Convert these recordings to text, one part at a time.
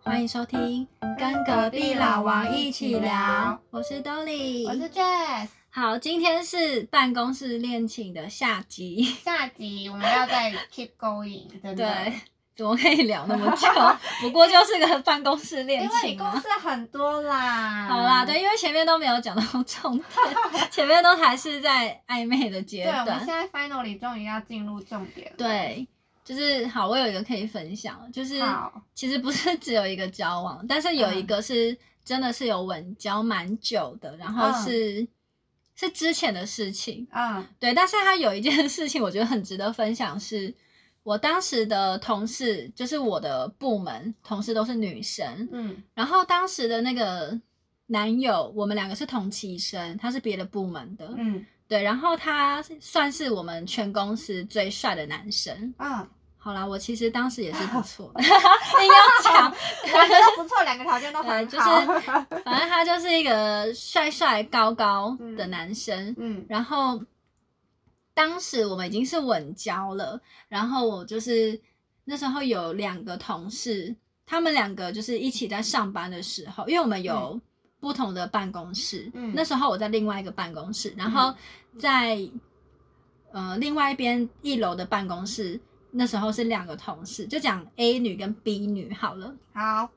欢迎收听《跟隔壁老王一起聊》，我是 Dolly，我是 Jess。好，今天是办公室恋情的下集，下集我们要再 keep going，真的。对，怎么可以聊那么久？不过就是个办公室恋因为嗯你情公啊。司很多啦。好啦，对，因为前面都没有讲到重点，前面都还是在暧昧的阶对，我们现段。在 finally 终于要进入重点了。对，就是好，我有一个可以分享，就是好，其实不是 只有一个交往，但是有一个是真的是有稳交蛮久的，然后是、是之前的事情，嗯对。但是他有一件 事情，我觉得很值得分享是，我当时的同事，就是我的部门同事都是女生，嗯然后当时的那个男友，我们两个是同期生，他是别的部门的，嗯对。然后他算是我们全公司最帅的男生。嗯，好啦，我其实当时也是不错的，硬 要讲，两个都不错，两个条 件都呃很对 好。反正他就是一个帅帅高高的男生，嗯然后当时我们已经是稳交了，然后我就是那时候有两个同事，他们两个就是一起在上班的时候，因为我们有不同的办公室，嗯那时候我在另外一个办公室，然后在呃另外一边一楼的办公室，那时候是两个同事，就讲 A 女跟 B 女好了。好，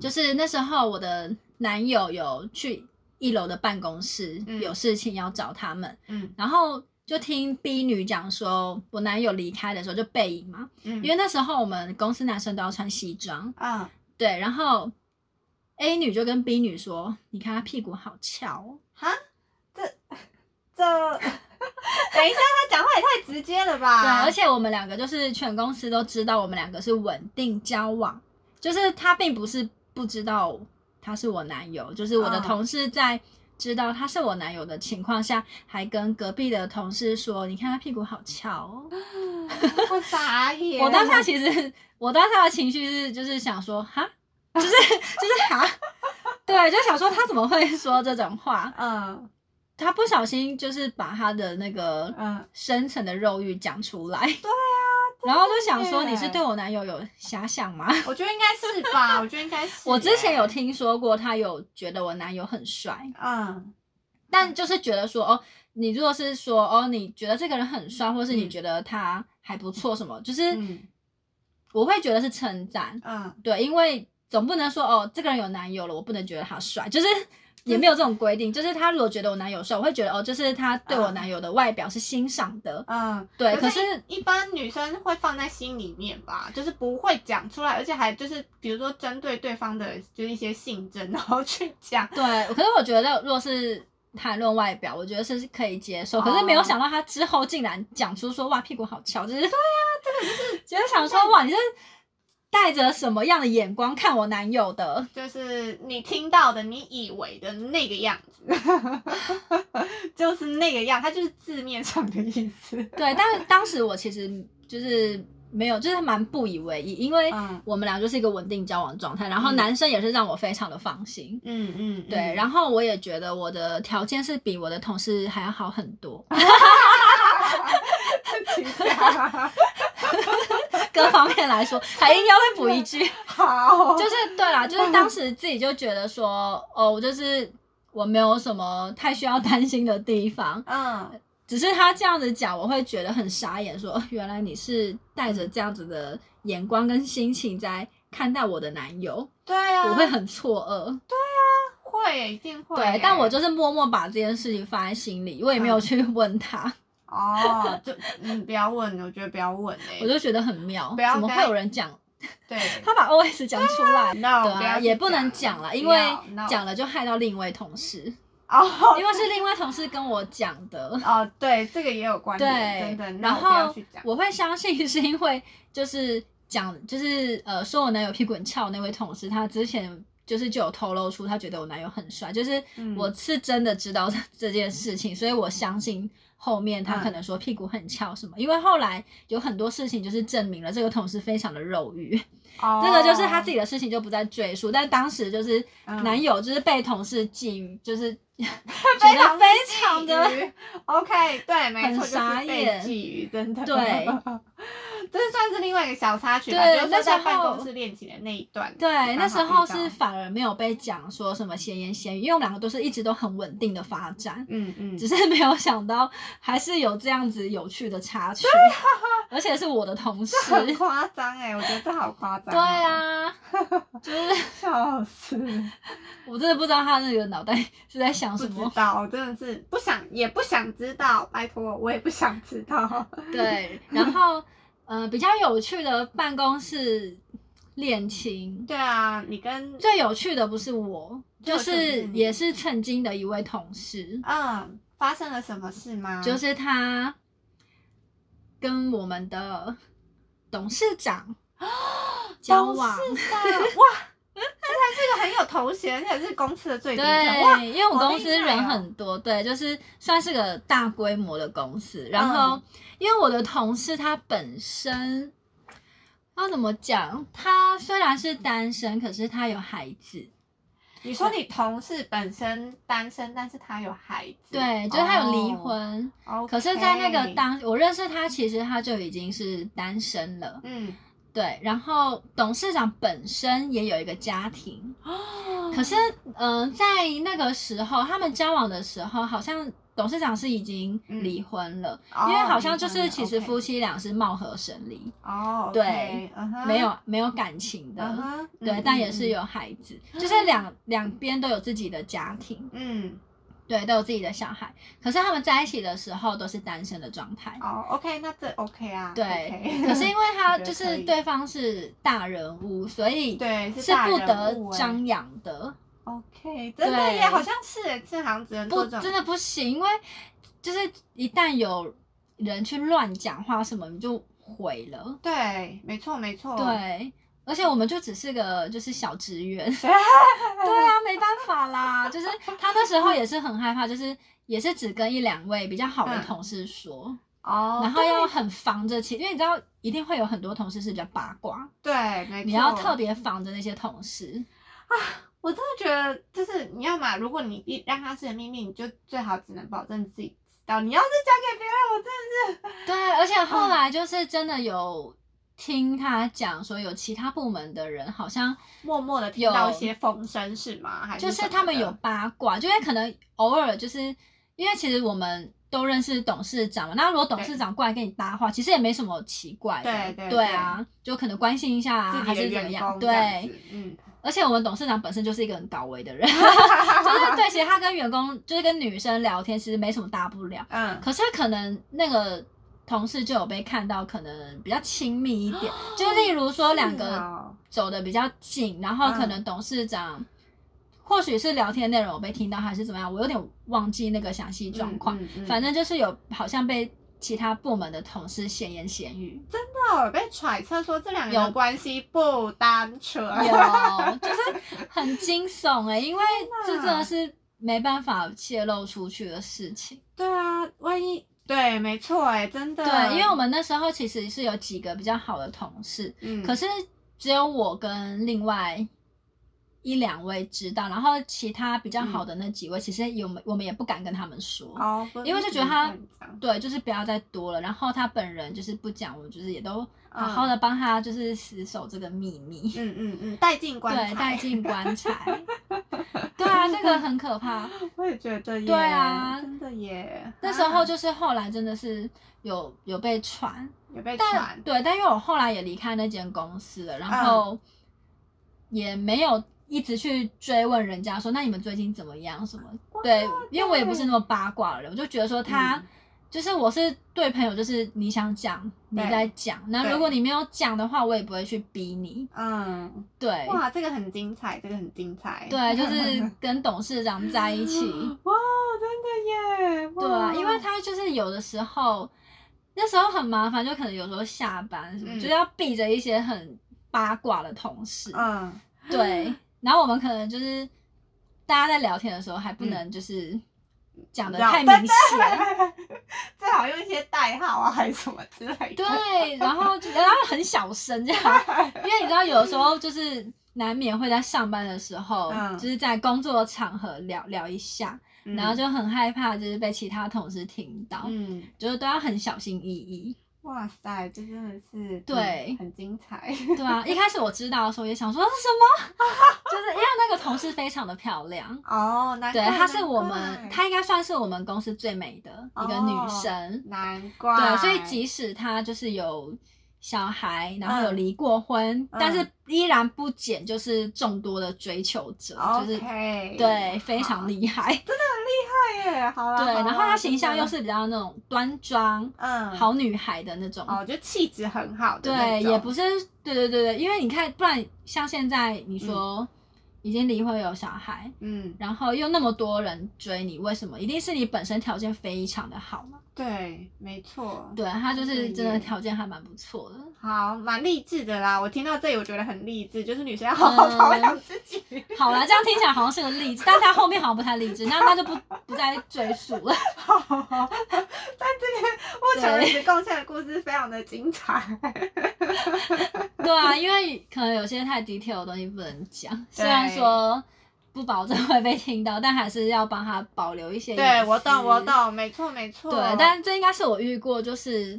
就是那时候我的男友有去一楼的办公室，嗯有事情要找他们，嗯然后就听 B 女讲说，我男友离开的时候就背影嘛，嗯，因为那时候我们公司男生都要穿西装，嗯对，然后 A 女就跟 B 女说，你看他屁股好翘、哦，哈，这 这，等一下，他讲话也太直接了吧？对，啊而且我们两个就是全公司都知道我们两个是稳定交往，就是他并不是不知道他是我男友，就是我的嗯同事在知道他是我男友的情况下，还跟隔壁的同事说：“你看他屁股好翘哦。我傻”眼。我当下其实我当下的情绪是就是想说哈， 就是就是哈，对，就想说他怎么会说这种话？嗯他不小心就是把他的那个嗯，深层的肉欲讲出来。对啊， 然后就想说耶你是对啊我男友有遐想 吗？我觉得应该是吧，我觉得应该是。我之前有，听说过，他有觉得我男友很帅，嗯但就是觉得说哦，你如果是说哦，你觉得这个人很帅，或是你嗯觉得他还不错什么，就是嗯我会觉得是称赞，嗯，对，因为总不能说哦，这个人有男友了，我不能觉得他帅，就是。也没有这种规定，就是他如果觉得我男友帅，我会觉得哦，就是他对我嗯男友的外表是欣赏的，嗯，对。可可是一般女生会放在心里面吧，就是不会讲出来，而且还就是比如说针对对方的就是一些性征，然后去讲。对，可是我觉得如果是谈论外表，我觉得是可以接受。哦可是没有想到他之后竟然讲出说哇屁股好翘，就是对呀、 这 个就是觉得想说哇你是带着什么样的眼光看我男友的？就是你听到的，你以为的那个样子， 就是那个样，它就是字面上的意思。对，但是当时我其实就是没有，就是蛮不以为意，因为嗯我们俩就是一个稳定交往状态，然后嗯男生也是让我非常的放心。嗯嗯，对，然后我也觉得我的条件是比我的同事还要好很多， 后各方面来说，还应该会补一句。好， 就是对啦，嗯就是当时自己就觉得说，哦，我就是我没有什么太需要担心的地方， 嗯只是他这样子讲，我会觉得很傻眼说，哦原来你是带着这样子的眼光跟心情在看待我的男友，对啊，我会很错愕。会一定会欸、对，但我就是默默把这件事情放在心里，我也没有去问他，哦，就嗯，不要问，我觉得不要问哎、我就觉得很妙，不要怎么跟会有人讲？对他把 OS 讲出来。 ，no，对不啊，要也不能讲了，因为讲了了就害到另一位同事。哦。因为是另外同事跟我讲的哦，对，这个也有关对联，真的，，然 no，不要后去讲，我会相信是因为就是讲就是呃说我男友屁股很翘那位同事，他之前就是就有透露出他觉得我男友很帅，就是嗯我是真的知道这这件事情，所以我相信后面嗯他可能说屁股很翘什么，因为后来有很多事情就是证明了这个同事非常的肉欲，哦这个就是他自己的事情就不再赘述，但当时就是嗯男友就是被同事觊觎，就是 觉非得常非常的。的 OK，对，没很错，就是傻被眼觊觎，真的，对，这算是另外一个小插曲吧，对就是那说时在办候公室恋情的那一段。对，刚那时好候遇到是反而没有被讲说什么闲言闲语，因为我们两个都是一直都很稳定的发展，嗯嗯只，是没有想到还是有这样子有趣的插 曲，而且是我的同事。很夸张哎，我觉得这好夸张。哦对，啊，就是笑死，我真的不知道他那个脑 袋是在想不什知么。道，我真的是不想，也不想知道，拜托，我也不想知道。对，然后呃，比较有趣的办公室恋情，对啊，你跟最有趣的不是我，最就有趣的不是是你也是曾经的一位同事，嗯发生了什么事吗？就是他跟我们的董事长交往。哦董事长哇，这才是一个很有头衔，而且是公司的最低层哇，对，因为我好们公厉司害人哦很多，对，就是算是个大规模的公司。然后，嗯因为我的同事他本身要怎么讲，他虽然是单身，可是他有孩子，你说你同事本身单身，但是他有孩子，对，就是他有离哦婚。 OK 可是，在那个，当我认识他，其实他就已经是单身了，嗯，对。然后董事长本身也有一个家庭，哦可是，嗯、在那个时候，他们交往的时候，好像董事长是已经离婚了，嗯哦因为好像就离婚是了其实 OK 夫妻俩是貌合神离，哦，对 OK，嗯哼，没有没有感情的，嗯哼，对，嗯啊但也是，有孩子，就是两两边都有自己的家庭，嗯，对，都有自己的小孩。可是他们在一起的时候都是单身的状态 嗯，哦，OK，那这 OK 啊，对 OK 可是因为他我觉得就可是以对方是大人物，所以对是大不人得物欸张扬的。 ，OK，真的对耶，好像是耶，这好像只能不做这真种，的不行，因为就是一旦有人去乱讲话什么，你就毁了。对，没错没错，，对，而且我们就只是个就是小职 员，对啊，没办法啦。就是他那时候也是很害怕，就是也是只跟一两位比较好的嗯同事说， 哦，然后要很防着其，因为你知道一定会有很多同事是比较八卦，对，没错，你要特别防着那些同事。我真的觉得，就是你要嘛，如果你一让他是秘密，你就最好只能保证自己知道。你要是讲给别人，我真的是对，而且后来就是真的有听他讲说，有其他部门的人好像默默的听到一些风声是吗？还就是什是么他们有的八卦，就因为可能偶尔就是因为其实我们都认识董事长嘛，那如果董事长过来跟你搭话，其实也没什么奇怪的，对对啊，就可能关心一下、啊、自还己的是怎么员工这样对子，，嗯，而且我们董事长本身就是一个很高危 的人， 就是对，其实他跟员工就是跟女生聊天，其实没什么大不了，嗯，可是可能那个。同事就有被看到，可能比较亲密一点，就例如说两哦是个哦走的比较近，然后可嗯能董事长、或许是聊天内容我被听到还是怎么样，我有点忘记那个详细状况。嗯嗯嗯反正就是有好像被其他部门的同事闲言 闲语，真的有被揣测说这两个人有关系不单纯，有就是很惊悚哎、因为这天真哪的是没办法泄露出去的事情。对啊，万一对，没错，哎，真的，对，因为我们那时候其实是有几个比较好的同事，嗯，可是只有我跟另外一两位知道，然后其他比较好的那几位，其实有没我们也不敢跟他们说。哦，不因为就觉得他不能这样对，就是不要再多了。然后他本人就是不讲，我就是也都好好的帮他，就是死守这个秘密，嗯嗯嗯，带进棺材，对，带进棺材。对啊，这个很可怕。 我也觉得耶，对啊真的耶。啊那时候就就是后来真的是有有被传，有被但传，嗯对，但因为我后来也离开那间公司了，然后也没有一直去追问人家说，那你们最近怎么样什么？对，因为我也不是那么八卦的人，我就觉得说他、嗯就是我是对朋友，就是你想讲你对在讲，那对如果你没有讲的话，我也不会去逼你。嗯，对哇，这个很精彩，这个很精彩， 对，就是跟董事长在一起。哇，真的耶，对啊，因为他他就是有的时候，那时候很麻烦，就可能有时候下班什么，嗯就是要避着一些很八卦的同事。嗯， 对，然后我们可能就是大家在聊天的时候，还嗯不能就是讲的绕太明显。最好用一些代号啊，还是什么之类的，对，啊然后就然后很小声这样，因为你知道，有的时候就是难免会在上班的时候，嗯就是在工作场合聊聊一下，嗯，然后就很害怕，就是被其他同事听到，嗯，就是都要很小心翼翼。哇塞，这真的是对嗯很精彩。对啊，一开始我知道的时候也想说是什么，就是因为那个同事非常的漂亮，哦，难对，怪她是难我怪们，她应该算是我们公司最美的一个女哦生，难怪对，所以即使她就是有小孩，然后有嗯离过婚，但嗯是依然不减就是众多的追求者，就是 OK，对，非常好厉 害，对，对耶，好啦，好然后啦她形象又。真的是比较那种端庄、嗯，好女孩的那种，哦，就气质很好的那对，种也不是，对对对对，因为你看，不然像现在你说已经离婚有小孩，嗯，然后又那么多人追你，为什么？一定是你本身条件非常的好嘛。对，没错，对，他就是真的耶条件还蛮不错的。好，蛮励志的啦。我听到这里，我觉得很励志，就是女生要好好嗯保养自己。好啦，这样听起来好像是个例子，但他后面好像不太励志，那那就不不再赘述了。 好 好好，但这个我小为子贡献的故事非常的精彩。对啊，因为可能有些太 detail 的东西不能讲，虽然对说不保证会被听到，但还是要帮他保留一些。对，我懂，我。懂，没错，没错。对，但这应该是我遇过就是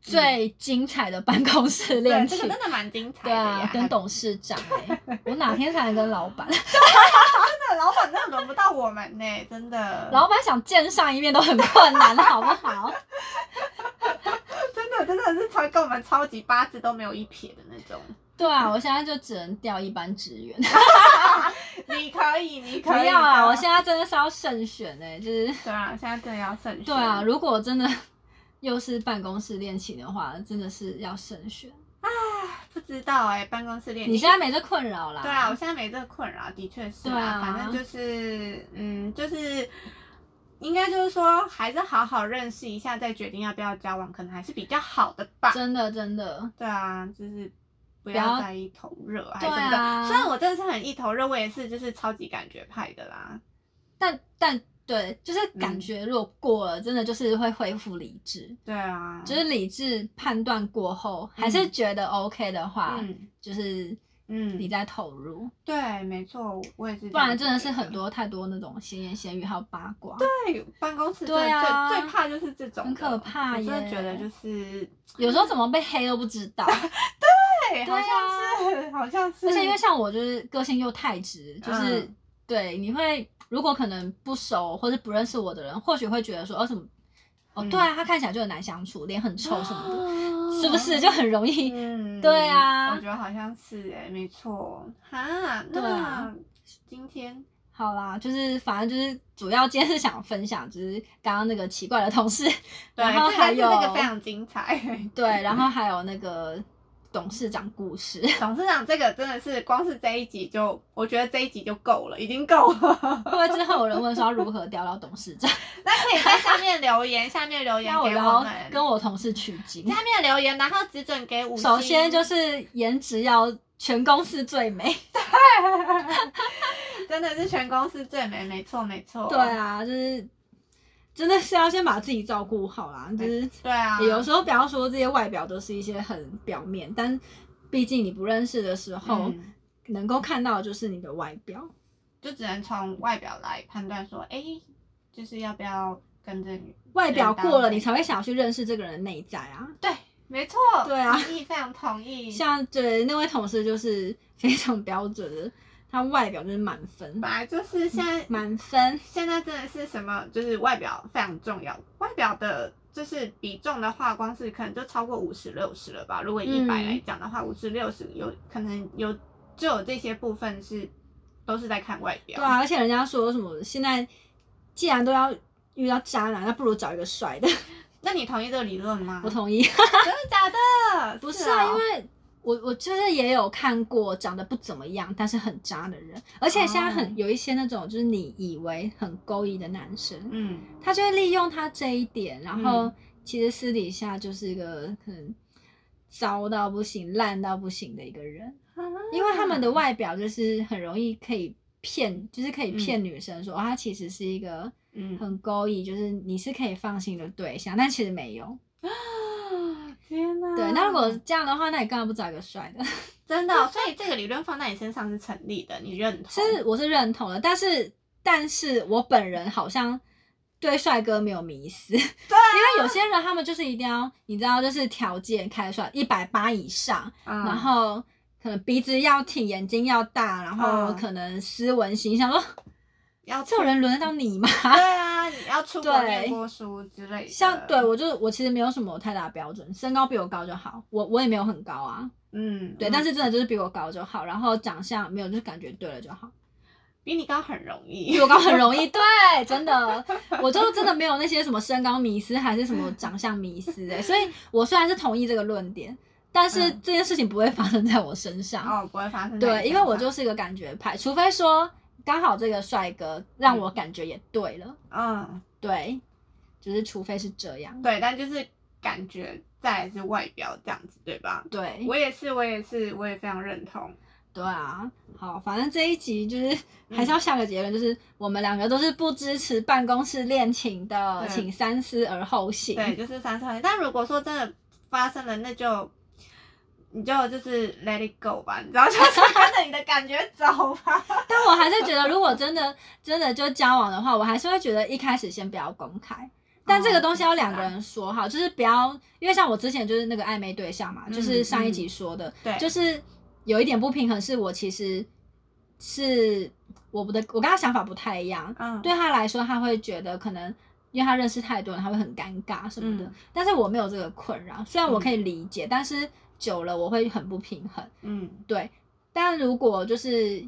最精彩的办公室对恋这情。个真的蛮精彩对的啊呀，，跟董事长哎、 我哪天才能跟老板？ 真的 老板真的轮不到我们呢、真的。老板想见上一面都很困难，好不好？ 真的真的是超跟我们超级八字都没有一撇的那 种。对啊，我现在就只能调一般职员。你可以，你不 可以的。要啊，我现在真的是要慎选哎、就是对啊，现在真的要慎选。对啊，如果真的又是办公室恋情的话，真的是要慎选。不知道哎、办公室恋情。你现在没这困扰啦。对啊，我，现在没这个困扰，的确是对啊啊，反正就是，嗯，就是，应该就是说，还是好好认识一下，再决定要不要交往，可能还是比较好的吧。真的真的，对啊，就是不不要要再一头热还对是什么的。啊虽然我真的是很一头热，我也是就是超级感觉派的啦。但但对，就是感嗯觉如果过了，真的就是会恢复理智。对啊，就是理智判断过后，还是觉得 OK 的话，嗯就是嗯啊你再投入，对，没错，我也是这样觉得。不然真的是很多太多那种闲言闲语还有八卦。对办公室真的对啊最最怕就是这种的，很可怕我真的耶觉得就是有时候怎么被黑都不知道，对，好像是好像是，而且因为像我就是个性又太直，就是、嗯对你会如果可能不熟或者不认识我的人，或许会觉得说哦什么哦嗯哦对啊，他看起来就很难相处，脸很臭什么的，的是不是就很容易？啊嗯，对啊我觉得好像是哎、没错。哈，对那啊今天好啦，就是反正就是主要今天是想分享，就是刚刚那个奇怪的同事， 对，然后这个还是有这个非常精彩。 对，然后还有那个董事长故事， 董事长这个真的是光是这一集就，我觉得这一集就够了，已经够了。会不会之后有人问说要如何钓到董事 长？那可以在下面留言，下面留言那我给要们。跟我同事取经。下面留言，然后只准给五星。首先就是颜值要全公司最美， 真的是全公司最美，没错没错。对啊，就是真的是要先把自己照顾好啦，就是。对啊，有时候不要说这些外表都是一些很表面，但毕竟你不认识的时候，嗯能够看到的就是你的外表。就只能从外表来判断说，哎、就是要不要跟这个女外表过了，对你才会想要去认识这个人内在啊。对，没错，对啊同意，非常同 意。像对那位同事就是 非常标准的，他外表就是满分，嗯本来就是现在，满分。现在真的是什么，就是外表非常重要，外表的。就是比重的话，光是可能就超过五十六十了吧。如果一百嗯来讲的话，五十六十有可能有就有这些部分是都是在看外表。对啊，而且人家说什么现在既然都要遇到渣男，那不如找一个帅的。那你同意这个理论吗？我同意。 真的假的？啊不是是啊，哦因为我我就是也有看过长得不怎么样，但是很渣的人，而且现在很、哦有一些那种就是你以为很勾引的男生，嗯，他就会利用他这一点，然后嗯其实私底下就是一个很糟到不行、烂到不行的一个人，因为他们啊的外表就是很容易可以骗，就是可以骗女生说、哦，他其实是一个 嗯很勾引，就是你是可以放心的对象，但其实没有。啊天哪！对，那如果这样的话，那你干嘛不找一个帅的？真的哦、所以这个理论放在你身上是成立的，你认同？是，我是认同的，但是但是我本人好像对帅哥没有迷思，对啊因为有些人他们就是一定要，你知道，就是条件开出来一百八以上，嗯然后可能鼻子要挺，眼睛要大，然后嗯可能斯文形象。说要这出种人轮得到你吗？对啊，你要出国对念过书之类的。像对我就是我其实没有什么太大的标准，身高比我高就好，我我也没有很高啊，嗯，对，嗯但是真的就是比我高就好，然后长相没有就是感觉对了就好，比你高很容易。比我高很容易， 对，真的，我就真的没有那些什么身高迷失还是什么长相迷失哎、所以我虽然是同意这个论点，但是嗯这件事情不会发生在我身上，哦，不会发生在你身上。对，因为我就是一个感觉派，除非说刚好这个帅哥让我感觉也对了，嗯，对，就是除非是这样，对，但就是感觉，再来是外表这样子，对吧？对，我也是，我也是，我也非常认同。对啊，好，反正这一集就是还嗯是要下个结论，就是我们两个都是不支持办公室恋情的，对请三思而后行。对，就是三三。但如果说真的发生了，那就你就就是 let it go 吧，你知道， 就是跟着你的感觉走吧。但我还是觉得，如果真的真的就交往的话，我还是会觉得一开始先不要公开。哦但这个东西要两个人说好，就是不要，因为像我之前就是那个暧昧对象嘛，嗯就是上一集说的，对就是有一点不平衡，是我其实是我的我跟他想法不太一样，嗯，对他来说，他会觉得可能因为他认识太多人，他会很尴尬什么的。嗯但是我没有这个困扰，虽然我可以理解，但是久了我会很不平衡。嗯，对，但如果就是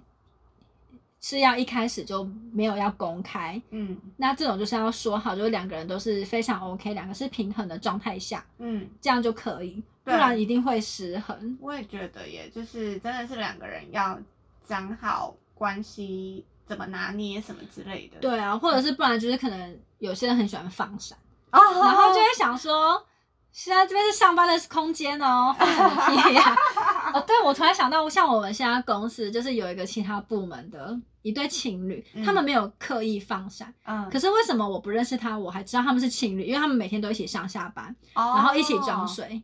是要一开始就没有要公开，嗯那这种就是要说好，就是两个人都是非常 OK，两个是平衡的状态下，嗯，这样就可以，不对然一定会失衡。我也觉得耶，就是真的是两个人要讲好关系怎么拿捏什么之类的。对啊，或者是不然就是可能有些人很喜欢放闪。哦，然后就会想说，现在这边是上班的空间哦，放什么屁呀、 哦，对，我突然想到，像我们现在公司就是有一个其他部门的一对情侣，嗯他们没有刻意放闪，嗯，可是为什么我不认识他，我还知道他们是情侣？因为他们每天都一起上下班，哦然后一起装，水。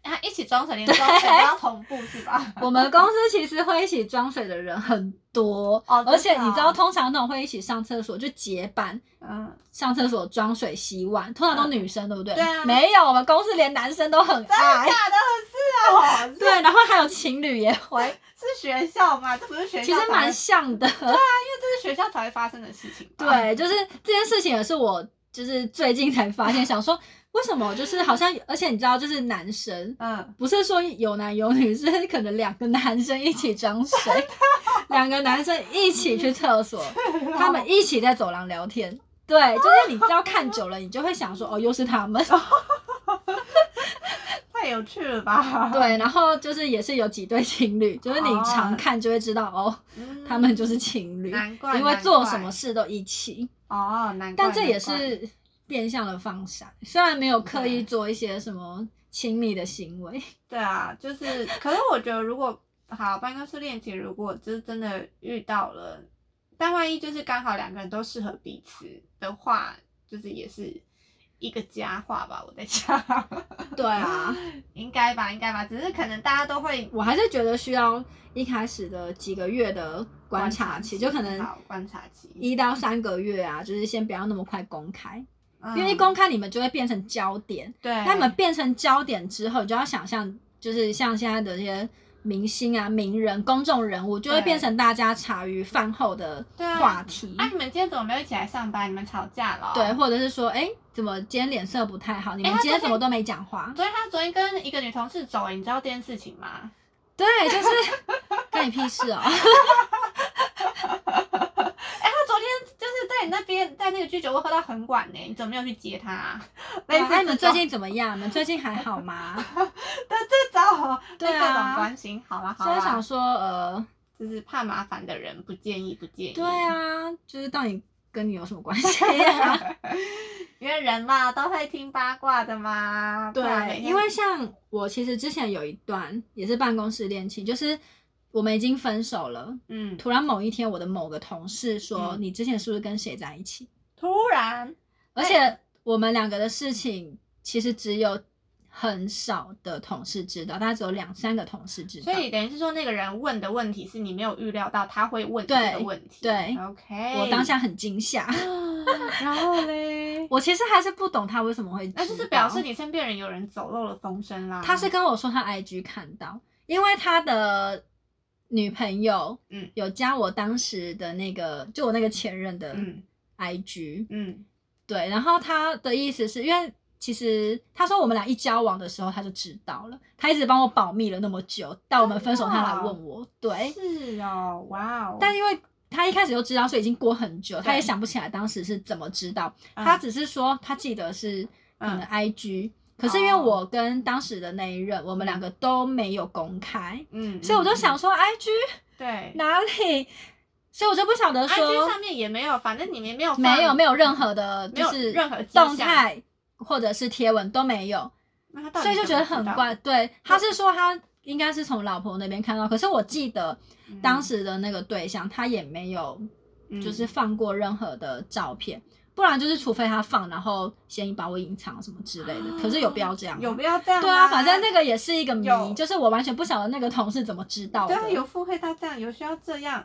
他一起装水，连装水都要同步是 吧？我们公司其实会一起装水的人很多，哦真的而且你知道，哦通常那种会一起上厕所就结伴。嗯，上厕所装水洗碗，通常都女生、对不对？对啊没有，我们公司连男生都很真爱的。假的？是哦，是对，然后还有情侣也会，是学校吗？这不是学校，其实蛮像 的。这是学校才会发生的事情吧。对，就是这件事情也是我就是最近才发现，想说为什么就是好像，而且你知道，就是男生嗯，不是说有男有女，是可能两个男生一起哦装水，两个男生一起去厕所，哦他们一起在走廊聊天。对，就是你知道看久了，你就会想说，哦，又是他们。太有趣了吧？对，然后就是也是有几对情侣，就是你哦常看就会知道，哦，嗯，他们就是情侣。难怪，因为做什难么怪事都一起，哦，难怪。但这也难怪是变相的放闪，虽然没有刻意对做一些什么亲密的行为，对啊，就是，可是我觉得如果好办公室恋情，如果就是真的遇到了，但万一就是刚好两个人都适合彼此的话，就是也是一个佳话吧，我在想，对 啊，应该吧，应该吧，只是可能大家都会我还是觉得需要一开始的几个月的观察期，就可能好观察期，一到三个月啊，就是先不要那么快公开，因为一嗯公开你们就会变成焦点，对，那你们变成焦点之后，你就要想象，就是像现在的这些。明星啊，名人、公众人物就会对变成大家茶余饭后的对啊话题。啊，你们今天怎么没有一起来上班？你们吵架了、哦对，，或者是说，哎、怎么今天脸色不太好？你们哎他今天怎昨天么都没讲话？所以他昨天跟一个女同事走了，你知道这件事情吗？对，就是 干你屁事哦！哎、他昨天就是在你那边，在那个居酒屋喝到很晚呢，你怎么没有去接他、啊？ 对类啊似那你们这最种近怎么样？你们最近还好吗？ 对这招，对啊各种关心，好啦好所以想啦，说，呃，就是怕麻烦的人不建议不建议。对，啊，就是到底跟你有什么关系啊？ 因为人嘛都会听八卦的嘛。不然对，每天因为像我其实之前有一段也是办公室恋情，就是我们已经分手了，嗯突然某一天我的某个同事说：“嗯你之前是不是跟谁在一起？”突然而且我们两个的事情其实只有很少的同事知道，大概只有两三个同事知道。所以等于是说，那个人问的问题是你没有预料到他会问对这个问题。对 ，OK。啊哎我当下很惊吓，然后嘞，我其实还是不懂他为什么会知道，那就是表示你身边人有人走漏了风声啦。他是跟我说他 IG 看到，因为他的女朋友嗯有加我当时的那个，就我那个前任的嗯 IG，、嗯对，然后他的意思是因为其实他说我们俩一交往的时候他就知道了，他一直帮我保密了那么久，到我们分手他啊来问我，对，是哦，哇哦，但因为。他一开始就知道，所以已经过很久，他对也想不起来当时是怎么知道。嗯他只是说他记得是可能嗯哦 IG，、可是因为我跟当时的那一任，我们两个都没有公开，嗯，所以我就想嗯说 IG 对。哪里，所以我就不晓得 IG 说上面也没有，反正你们没有放没有没有任何的，没就有是任何迹象动态或者是贴文都没有，那他到底所以就觉得怎么很知道怪。。对，他是说他应该是从老婆那边看到，可是我记得嗯当时的那个对象他也没有就是放过任何的照片。不然就是，除非他放，然后先把我隐藏什么之类的。可是有必要这样嗯吗？有必要这样吗？对啊，反正那个也是一个谜有，就是我完全不晓得那个同事怎么知道的。对啊，有付费到这样，有需要这样，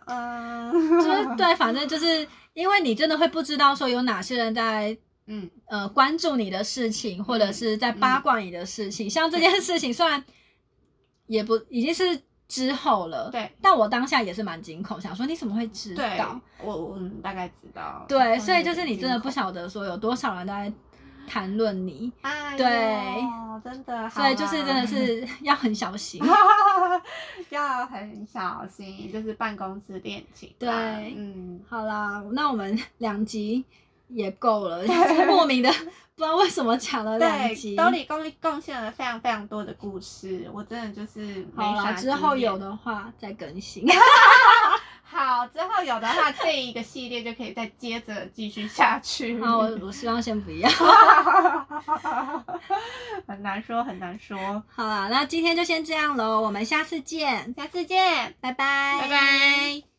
嗯，就是对，反正就是因为你真的会不知道说有哪些人在嗯，呃关注你的事情，或者是在嗯八卦你的事情。像这件事情，虽然也不已经是之后了，对但我当下也是蛮惊恐，想说你怎么会知对道？，我我嗯大概知道。对，所以就是你真的不想，晓得说有多少人在谈论你，哎呦对，真的，所以就是真的好啊是要很小心。啦 要很小心，就是办公室恋情啦。对嗯，好啦，那我们两集也够了， 就是莫名的不知道为什么讲了两集对，。兜里贡贡献了非常非常多的故事，我真的就是好没啦，啥之后经验有的话再更新。 好，之后有的话，这一个系列就可以再接着继续下去。好，我我希望先不要。 很难说，很难说。好啦，那今天就先这样喽，我们下次见，下次见，拜拜，拜拜。